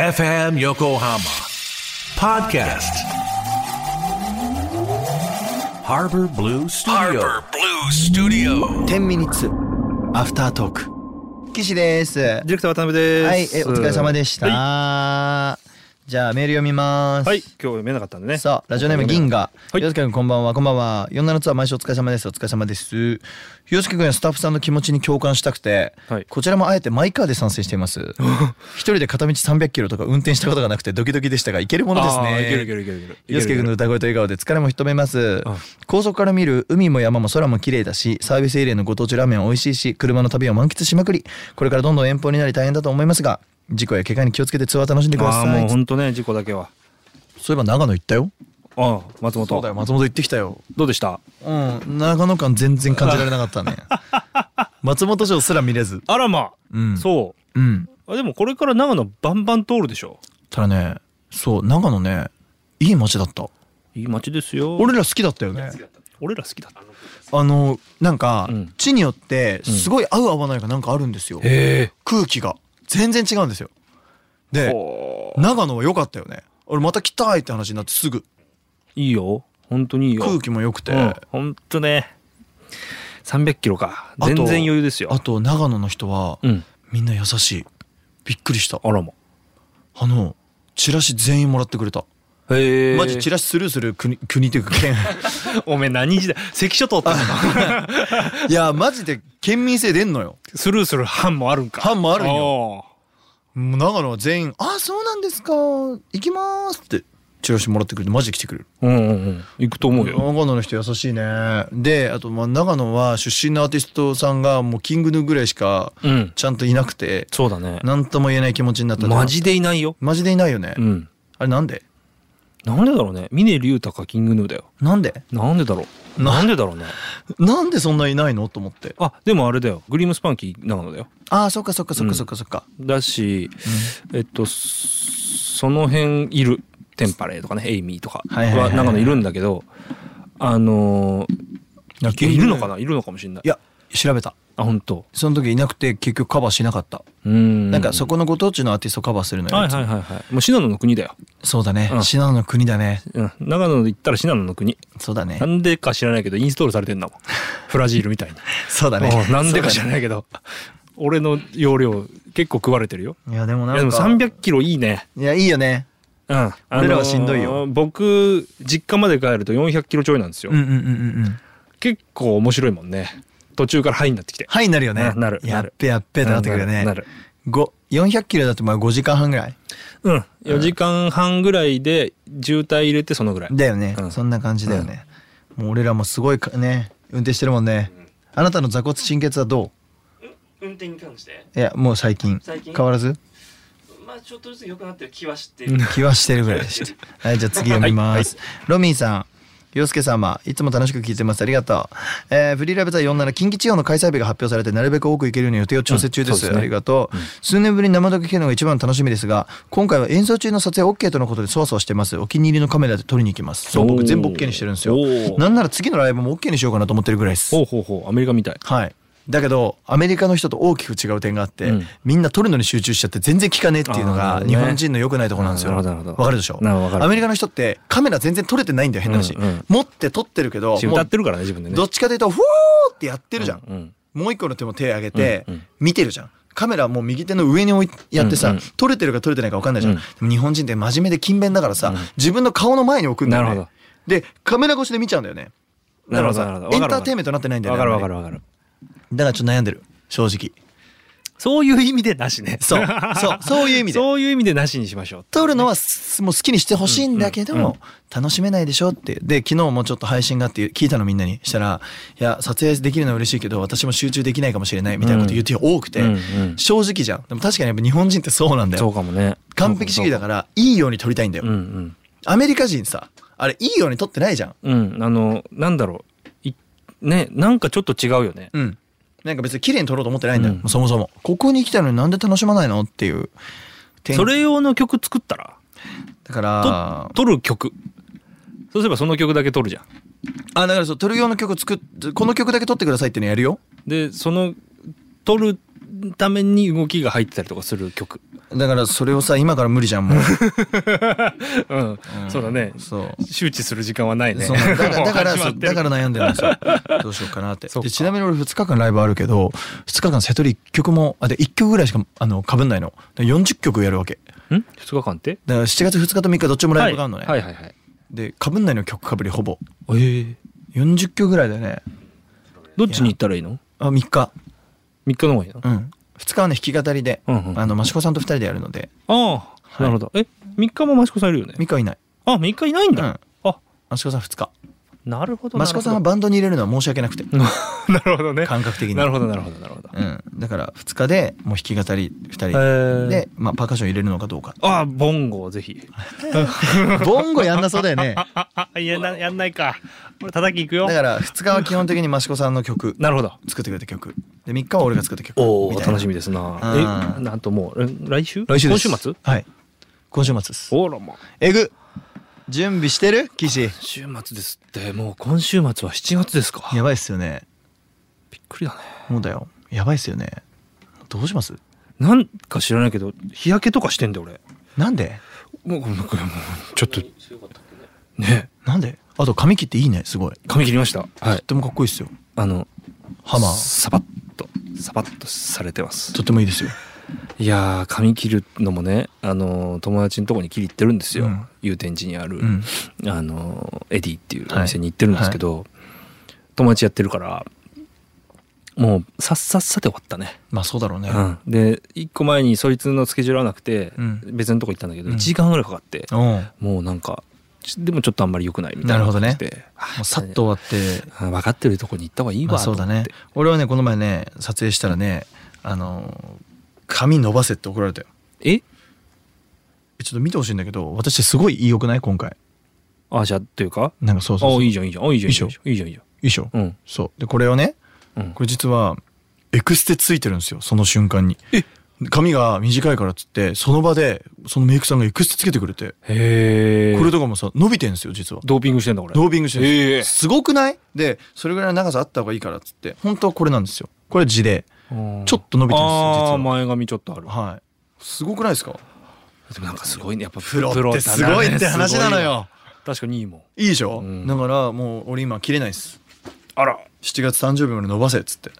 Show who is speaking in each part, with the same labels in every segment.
Speaker 1: FM Yokohama Podcast Harbor Blue Studio
Speaker 2: Harbor Blue Studio
Speaker 3: 10ミニッツアフタートーク岸ですは
Speaker 4: ディレクター渡辺です。
Speaker 3: いえお疲れ様でした、
Speaker 4: は
Speaker 3: じゃあメール読みます
Speaker 4: い、はい今日読めなかったんでね。
Speaker 3: さあラジオネーム銀河
Speaker 4: はい
Speaker 3: 洋介くんこんばんはこんばんは47のツアー毎週お疲れ様ですお疲れ様です洋介くんやスタッフさんの気持ちに共感したくて、
Speaker 4: はい
Speaker 3: こちらもあえてマイカーで参戦しています一人で片道300キロとか運転したことがなくてドキドキでしたがいけるものです
Speaker 4: あー
Speaker 3: ね
Speaker 4: いけるいけるいけるいける
Speaker 3: 洋介くんの歌声と笑顔で疲れも吹っ飛べます
Speaker 4: あ
Speaker 3: 高速から見る海も山も空も綺麗だしサービスエリアのご当地ラーメン美味しいし車の旅を満喫しまくりこれからどんどん遠方になり大変だと思いますが事故や怪我に気をつけてツアー楽しんでくだ
Speaker 4: ああ
Speaker 3: さ
Speaker 4: もう
Speaker 3: い
Speaker 4: 本当ね事故だけは。
Speaker 3: そういえば長野行ったよ
Speaker 4: ああ松本。
Speaker 3: そうだよ松本行ってきたよ
Speaker 4: どうでした？
Speaker 3: うん、長野感全然感じられなかった ね。松本城すら見れず。
Speaker 4: あらま。
Speaker 3: うん
Speaker 4: そ
Speaker 3: うん。
Speaker 4: う。あでもこれから長野バンバン通るでしょ。
Speaker 3: ただね、そう、長野ね、いい街だった。
Speaker 4: いい街ですよ。
Speaker 3: 俺ら好きだったよね。
Speaker 4: 俺ら好きだった。
Speaker 3: あの、なんか、
Speaker 4: うん
Speaker 3: 地によって、すごい合う合わないがなんかあるんですよ。
Speaker 4: え
Speaker 3: 空気が。全然違うんですよ。
Speaker 4: え。
Speaker 3: で、
Speaker 4: ほう
Speaker 3: 長野は良かったよね。俺また来たいって話になってすぐ。
Speaker 4: いいよ。本当にいいよ。
Speaker 3: 空気も良くて。
Speaker 4: うん。本当ね。三百キロか。
Speaker 3: あと
Speaker 4: 全然余裕ですよ
Speaker 3: あ。と、長野の人は、
Speaker 4: うん。
Speaker 3: みんな優しい。びっくりした。
Speaker 4: あらま。
Speaker 3: あの、チラシ全員もらってくれた。
Speaker 4: へえ。
Speaker 3: マジチラシスルーする国国というか 県
Speaker 4: おめえ何時代関所通ったのか
Speaker 3: いやマジで県民性出んのよ
Speaker 4: スルーする班もあるんか
Speaker 3: 班もあるんよ
Speaker 4: よ
Speaker 3: もう長野は全員「あそうなんですか行きます」ってチラシもらってくれてマジで来てくれる
Speaker 4: うんうんうん行くと思うよ
Speaker 3: 長野の人優しいねであとまあ長野は出身のアーティストさんがもうキングヌーぐらいしか
Speaker 4: うん
Speaker 3: ちゃんといなくて
Speaker 4: そうだね
Speaker 3: 何とも言えない気持ちになった
Speaker 4: マジでいないよ
Speaker 3: マジでいないよね、
Speaker 4: うん
Speaker 3: あれなんで
Speaker 4: なんでだろうね峰竜太かキングヌーだよ
Speaker 3: なんで
Speaker 4: なんでだろう
Speaker 3: な
Speaker 4: なんでだろうね
Speaker 3: なんでそんないないのと思って
Speaker 4: あでもあれだよグリームスパンキー長野だよ
Speaker 3: ああそっかそっかそっかそっかそっか、
Speaker 4: だし、えっとそその辺いるテンパレーとかねエイミーとか
Speaker 3: はいはいはいは
Speaker 4: はい長野いるんだけどあのー
Speaker 3: なんか
Speaker 4: いるのかないるのかもしれない
Speaker 3: いや調べた
Speaker 4: あ本当
Speaker 3: その時いなくて結局カバーしなかった
Speaker 4: うん
Speaker 3: なんかそこのご当地のアーティストをカバーするのよ、
Speaker 4: はいはいはいはいもう信濃の国だよ、
Speaker 3: そうだね、
Speaker 4: うん
Speaker 3: 信濃の国だね
Speaker 4: うん、長野で行ったら信濃の国
Speaker 3: そうだね
Speaker 4: なんでか知らないけどインストールされて んだもんフラジールみたいに
Speaker 3: そうだ
Speaker 4: うんなんでか知
Speaker 3: そうだ
Speaker 4: ら
Speaker 3: ね
Speaker 4: ないけど、俺の容量結構食われてるよ
Speaker 3: いやでも
Speaker 4: い
Speaker 3: なん
Speaker 4: や
Speaker 3: か
Speaker 4: でも300キロいいね
Speaker 3: いやいいよね
Speaker 4: うん、あのー
Speaker 3: 俺らはしんどいよ
Speaker 4: 僕実家まで帰ると400キロちょいなんですよ、
Speaker 3: うんうんうんうんうん
Speaker 4: 結構面白いもんね途中からハイになってきて
Speaker 3: はいなるよね
Speaker 4: ななる
Speaker 3: やっべやっべってなってくるよね
Speaker 4: なる
Speaker 3: ご400キロだってまあ5時間半ぐらい
Speaker 4: うん4時間半ぐらいで渋滞入れてそのぐらい
Speaker 3: だよね、
Speaker 4: うん
Speaker 3: そんな感じだよね、もう俺らもすごいかね運転してるもんね、あなたの座骨神経痛はど
Speaker 5: 運転に関して
Speaker 3: ういやもう最近
Speaker 5: 最近
Speaker 3: 変わらず
Speaker 5: まあちょっとずつ良くなってる気はして
Speaker 3: 気はしてるぐらいでした はいじゃあ次読みます、ロミーさん洋介様いつも楽しく聞いてますありがとう、えーフリーライブザ47近畿地方の開催日が発表されてなるべく多く行けるように予定を調整中です,、
Speaker 4: うんそうですね
Speaker 3: ありがとう、数年ぶりに生だけ聞くのが一番の楽しみですが今回は演奏中の撮影 OK とのことでそわそわしてますお気に入りのカメラで撮りに行きますそう
Speaker 4: お
Speaker 3: 僕
Speaker 4: ー
Speaker 3: 全部 OK にしてるんですよ
Speaker 4: おー
Speaker 3: なんなら次のライブも OK にしようかなと思ってるぐらいです
Speaker 4: ほうほうほうアメリカみたい
Speaker 3: はいだけどアメリカの人と大きく違う点があって、
Speaker 4: うん
Speaker 3: みんな撮るのに集中しちゃって全然聞かねえっていうの
Speaker 4: あ
Speaker 3: が
Speaker 4: ー
Speaker 3: 日本人の良くないところなんですよ。
Speaker 4: な
Speaker 3: わ
Speaker 4: るほどなるほど
Speaker 3: かるでしょ
Speaker 4: なるほどわかる
Speaker 3: アメリカの人ってカメラ全然撮れてないんだよ変な話、
Speaker 4: うんうん
Speaker 3: 持って撮ってるけど
Speaker 4: し歌ってるからね自分で
Speaker 3: もう
Speaker 4: ね
Speaker 3: ど
Speaker 4: っ
Speaker 3: っちかというと「フォー!」ってやってるじゃん、
Speaker 4: うん
Speaker 3: もう一個の手も手上げて
Speaker 4: うんうん
Speaker 3: 見てるじゃん。カメラもう右手の上に置いやってさ、
Speaker 4: うんうん
Speaker 3: 撮れてるか撮れてないか分かんないじゃん、
Speaker 4: うん
Speaker 3: でも日本人って真面目で勤勉だからさ、自分の顔の前に置くんだよ
Speaker 4: なる
Speaker 3: ね
Speaker 4: ほ
Speaker 3: でカメラ越しで見ちゃうんだよねだから
Speaker 4: なるほど
Speaker 3: さ
Speaker 4: なるほど
Speaker 3: エンターテインメントになってないんだよね
Speaker 4: わかるわ
Speaker 3: あ
Speaker 4: か
Speaker 3: んま
Speaker 4: るわかる
Speaker 3: りだからちょっと悩んでる正直
Speaker 4: そういう意味でなし ね。
Speaker 3: そう そうそういう意味で
Speaker 4: そういう意味でなしにしましょう。
Speaker 3: 撮るのはすもう好きにしてほしいんだけど、
Speaker 4: うんうんうん
Speaker 3: 楽しめないでしょってで昨日もちょっと配信があって聞いたのみんなにしたら「いや撮影できるのは嬉しいけど私も集中できないかもしれない」みたいなこと言って多くて、
Speaker 4: うんうん
Speaker 3: 正直じゃんでも確かにやっぱ日本人ってそうなんだ
Speaker 4: そう
Speaker 3: よ
Speaker 4: かもね。
Speaker 3: 完璧主義だからいいように撮りたいんだよ、
Speaker 4: うんうん。
Speaker 3: アメリカ人さあれいいように撮ってないじゃん
Speaker 4: うん。あの、なんだろう。いね、なんかちょっと違うよね。
Speaker 3: うんなんか別に綺麗に撮ろうと思ってないんだよ、
Speaker 4: うん
Speaker 3: もうそもそもここに来たのになんで楽しまないのっていう点
Speaker 4: それ用の曲作ったら
Speaker 3: だから
Speaker 4: と撮る曲。そうすればその曲だけ撮るじゃん。
Speaker 3: あだからそう撮る用の曲作っこの曲だけ撮ってくださいっていうのやるよ
Speaker 4: で、その、撮るために動きが入ってたりとかする曲。
Speaker 3: だからそれをさ今から無理じゃんもう
Speaker 4: うん、そうだね。
Speaker 3: そう
Speaker 4: 周知する時間はないね。
Speaker 3: そうだ からだから
Speaker 4: もう始ま
Speaker 3: そ
Speaker 4: っ
Speaker 3: う
Speaker 4: て
Speaker 3: だ
Speaker 4: る
Speaker 3: から悩んでるんですよどうしようかなって
Speaker 4: そうか
Speaker 3: でちなみに俺2日間ライブあるけど2日間瀬戸り1曲もあで1曲ぐらいしかあのかぶんないのだから40曲やるわけ
Speaker 4: ん二日間って
Speaker 3: だから7月2日と3日どっちもライブがあるのね、
Speaker 4: はいはいはい
Speaker 3: でかぶんないの曲かぶりほぼ
Speaker 4: はい。ええ。
Speaker 3: 40曲ぐらいだよね
Speaker 4: どっちに行ったらいいの
Speaker 3: あ3日
Speaker 4: ?3 日の方がいいの
Speaker 3: うん2日はね弾き語りで、
Speaker 4: うんうん
Speaker 3: あの益子さんと2人でやるので
Speaker 4: ああ、なるほど。え、3日も益子さんいるよね
Speaker 3: 3日はいない
Speaker 4: あ、3日いないんだ。あ、
Speaker 3: 益子さん2日
Speaker 4: なるほど。
Speaker 3: 益子さんはバンドに入れるのは申し訳 なくて
Speaker 4: なるほどね。
Speaker 3: 感覚的に
Speaker 4: なるほどなるほどなるほど。
Speaker 3: うん、だから2日でもう弾き語り2人
Speaker 4: へー
Speaker 3: で、まあ、パーカッション入れるのかどうか
Speaker 4: ああ、ボンゴをぜひ。
Speaker 3: ボンゴやんなそうだよ ねだ
Speaker 4: あ、あ、いや、なやんないか。これ叩きいくよ。
Speaker 3: から2日は基本的に益子さんの曲
Speaker 4: なるほど。
Speaker 3: 作ってくれた曲で3日は俺が作った曲
Speaker 4: おお、
Speaker 3: みたいな
Speaker 4: 楽しみですな。
Speaker 3: あー
Speaker 4: え、なんともう、え来週
Speaker 3: 来週です
Speaker 4: 今週末
Speaker 3: はい今週末です
Speaker 4: おらま。
Speaker 3: えぐ準備してる岸
Speaker 4: 週末ですって、もう今週末は7月ですか。
Speaker 3: やばいっすよね
Speaker 4: びっくりだね。
Speaker 3: もうだよやばいっすよねどうします
Speaker 4: なんか知らないけど、日焼けとかしてんだよ俺。
Speaker 3: なんで
Speaker 4: もう、なんかもうちょっと、
Speaker 5: 強かったっけね。
Speaker 4: ね、
Speaker 3: なんであと髪切っていいねすごい
Speaker 4: 髪切りました。は
Speaker 3: とっ。てもかっこいいっすよ
Speaker 4: あの、
Speaker 3: ハマー
Speaker 4: サバッと、サバッとされてます。
Speaker 3: とってもいいですよ
Speaker 4: いやー髪切るのもね、あのー友達のとこに切り行ってるんですよ、
Speaker 3: うん
Speaker 4: 祐天寺にある、
Speaker 3: うん
Speaker 4: あのーエディっていうお店に行ってるんですけど、友達やってるからもうさっさっさで終わったね、
Speaker 3: まあそうだろうね
Speaker 4: うん、で一個前にそいつのスケジュール合わなくて、
Speaker 3: うん
Speaker 4: 別のとこ行ったんだけど
Speaker 3: うん
Speaker 4: 1時間ぐらいかかって、
Speaker 3: うんも
Speaker 4: もうなんかちでもちょっとあんまり良くないみたいな感じで
Speaker 3: なるほどうさっと終わって
Speaker 4: あ分かってるとこに行った方がいいわ、
Speaker 3: まあそうだね
Speaker 4: と思っ
Speaker 3: 俺はねこの前ね撮影したらねあの髪伸ばせって怒られたよ
Speaker 4: てえ
Speaker 3: えちょっと見てほしいんだけど私すごい良くない今回
Speaker 4: あじゃあというか
Speaker 3: なんかそうそう
Speaker 4: あ
Speaker 3: そう
Speaker 4: いい
Speaker 3: い
Speaker 4: じゃんいいじゃんあいいじゃんいいじゃんいいじゃんいいじ
Speaker 3: いっしょ、
Speaker 4: ゃんうん
Speaker 3: そうでこれをね
Speaker 4: うん
Speaker 3: これ実はエクステついてるんですよその瞬間に髪が短いからっつってその場でそのメイクさんがエクステつけてくれて
Speaker 4: へえ
Speaker 3: これとかもさ伸びてんですよ実は
Speaker 4: ドーピングしてんだこれ
Speaker 3: ドーピングしてるん
Speaker 4: え
Speaker 3: で
Speaker 4: え
Speaker 3: すすごくないでそれぐらいの長さあった方がいいからっつって本当はこれなんですよこれ地でちょっと伸びてるんですよ
Speaker 4: あ
Speaker 3: 実
Speaker 4: あ
Speaker 3: は
Speaker 4: 前髪ちょっとある
Speaker 3: はいすごくないですか
Speaker 4: でもなんかすごいねやっぱ
Speaker 3: プロってすごいって話なのよ
Speaker 4: 確かにいいもん
Speaker 3: いいでしょ、
Speaker 4: うん
Speaker 3: だからもう俺今切れないです
Speaker 4: あら
Speaker 3: 7月誕生日まで伸ばせっつって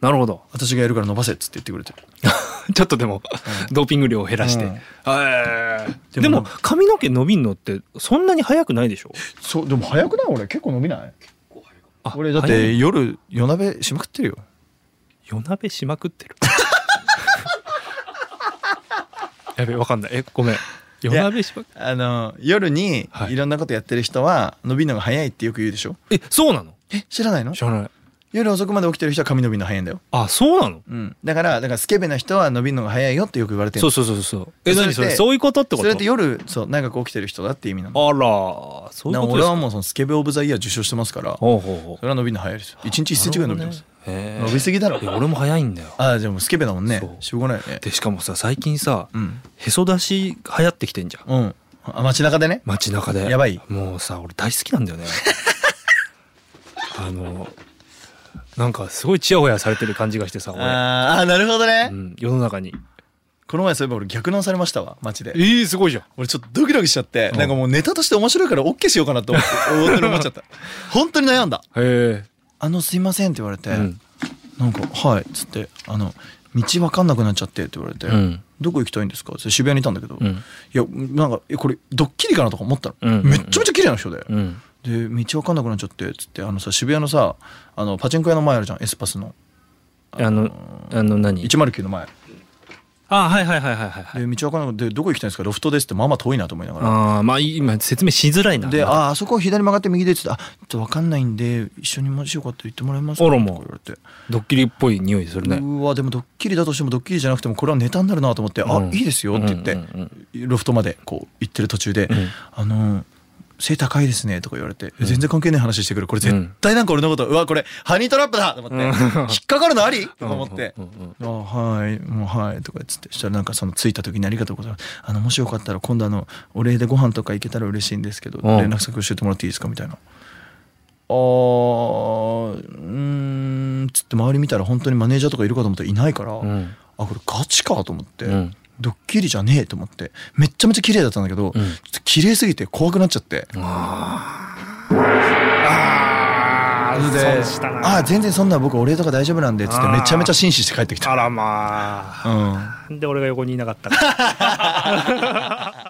Speaker 4: なるほど
Speaker 3: 私がやるから伸ばせっつって言ってくれて
Speaker 4: ちょっとでもドーピング量を減らして
Speaker 3: うん
Speaker 4: ええ
Speaker 3: で
Speaker 4: で
Speaker 3: も
Speaker 4: も髪の毛伸びんのってそんなに早くないでしょ
Speaker 3: そうでも早くない俺結構伸びない
Speaker 5: 後輩が。
Speaker 4: あ
Speaker 3: 俺だっ
Speaker 4: 早い
Speaker 3: て夜夜鍋しまくってるよ
Speaker 4: 夜鍋しまくっ てるやべわかんないえごめん夜鍋しまく
Speaker 3: あの夜に
Speaker 4: はい
Speaker 3: いろんなことやってる人は伸びるのが早いってよく言うでしょ
Speaker 4: えそうなの
Speaker 3: え知らないの
Speaker 4: 知らない
Speaker 3: 夜遅くまで起きてる人は髪伸びるの早いんだよ、
Speaker 4: あそうなの
Speaker 3: うん、だからだからスケベな人は伸びるのが早いよってよく言われてる
Speaker 4: そうそうそうそうえ
Speaker 3: それ
Speaker 4: 何
Speaker 3: で
Speaker 4: それそういうことってこ
Speaker 3: それ
Speaker 4: と
Speaker 3: って夜そう長く起きてる人だって意味なの
Speaker 4: あらそういう
Speaker 3: な
Speaker 4: こと
Speaker 3: 俺
Speaker 4: です
Speaker 3: は
Speaker 4: か
Speaker 3: もうそのスケベオブザイヤー受賞してますからそ
Speaker 4: ほうほうほう
Speaker 3: れは伸びるの早いですよ1日1センチぐらい伸びてます、
Speaker 4: へえ
Speaker 3: 伸びすぎだろ
Speaker 4: いや俺も早いんだよ
Speaker 3: ああじゃあもうスケベだもんね
Speaker 4: そう
Speaker 3: しょうがないよね
Speaker 4: でしかもさ最近さ、
Speaker 3: うん
Speaker 4: へそ出し流行ってきてんじゃん
Speaker 3: うんあ街中でね
Speaker 4: 街中で
Speaker 3: やばい
Speaker 4: もうさ俺大好きなんだよ ねあのなんかすごいチヤホヤされてる感じがしてさ俺、
Speaker 3: あーあーなるほどね、
Speaker 4: うん、世の中に
Speaker 3: この前そういえば俺逆直されましたわ街で
Speaker 4: ええすごいじゃん
Speaker 3: 俺ちょっとドキドキしちゃって、なんかもうネタとして面白いから OK しようかなと思って本当に思っちゃった本当に悩んだ
Speaker 4: へ
Speaker 3: 「あのすいません」って言われて、
Speaker 4: えうん
Speaker 3: なんか「はい」っつって「あの道わかんなくなっちゃって」って言われて、
Speaker 4: うん
Speaker 3: どこ行きたいんですか?」って渋谷にいたんだけど、
Speaker 4: う
Speaker 3: い
Speaker 4: ん
Speaker 3: やなんかえこれドッキリかなとか思ったの、
Speaker 4: うんうんうん
Speaker 3: めっちゃめちゃ綺麗な人で、
Speaker 4: うん
Speaker 3: で道わかんなくなっちゃってっつってあのさ渋谷のさあのパチンコ屋の前あるじゃんエスパスの
Speaker 4: あのあの何
Speaker 3: 109の前
Speaker 4: あはいはいはいはいはい
Speaker 3: で
Speaker 4: はい
Speaker 3: 道わかんなくでどこ行きたいんですかロフトですってまあまあ遠いなと思いながら
Speaker 4: ああまあ今説明しづらいな
Speaker 3: で「ああそこ左曲がって右で」っつって「あちょっとわかんないんで一緒にもしよかったら行ってもらえますか?」
Speaker 4: あら
Speaker 3: とか
Speaker 4: ま
Speaker 3: 言われて
Speaker 4: ドッキリっぽい匂いするね
Speaker 3: うわでもドッキリだとしてもドッキリじゃなくてもこれはネタになるなと思って「あ
Speaker 4: うん
Speaker 3: いいですよ」って言って
Speaker 4: うんうん
Speaker 3: ロフトまでこう行ってる途中で
Speaker 4: ん
Speaker 3: 「あの背高いですね」とか言われて「全然関係ない話してくるこれ絶対なんか俺のことうわこれハニートラップだ!」と思って「引っかかるのあり?」とか思って
Speaker 4: うんうんうんうん
Speaker 3: あはいもうはいとか言ってしたらなんかその着いた時にありがとうございますあのもしよかったら今度あのお礼でご飯とか行けたら嬉しいんですけど
Speaker 4: うん
Speaker 3: 連絡先教えてもらっていいですかみたいなあーうーんーんっつって周り見たら本当にマネージャーとかいるかと思ったらいないから、
Speaker 4: ん
Speaker 3: あこれガチかと思って、
Speaker 4: うん
Speaker 3: ドッキリじゃねえと思ってめっちゃめちゃ綺麗だったんだけど、ちょっと綺麗すぎて怖くなっちゃって、ああであー全然そんな僕お礼とか大丈夫なんでっつってめちゃめちゃ紳士して帰ってきた
Speaker 4: あらまあ
Speaker 3: うん
Speaker 4: なんで俺が横にいなかったか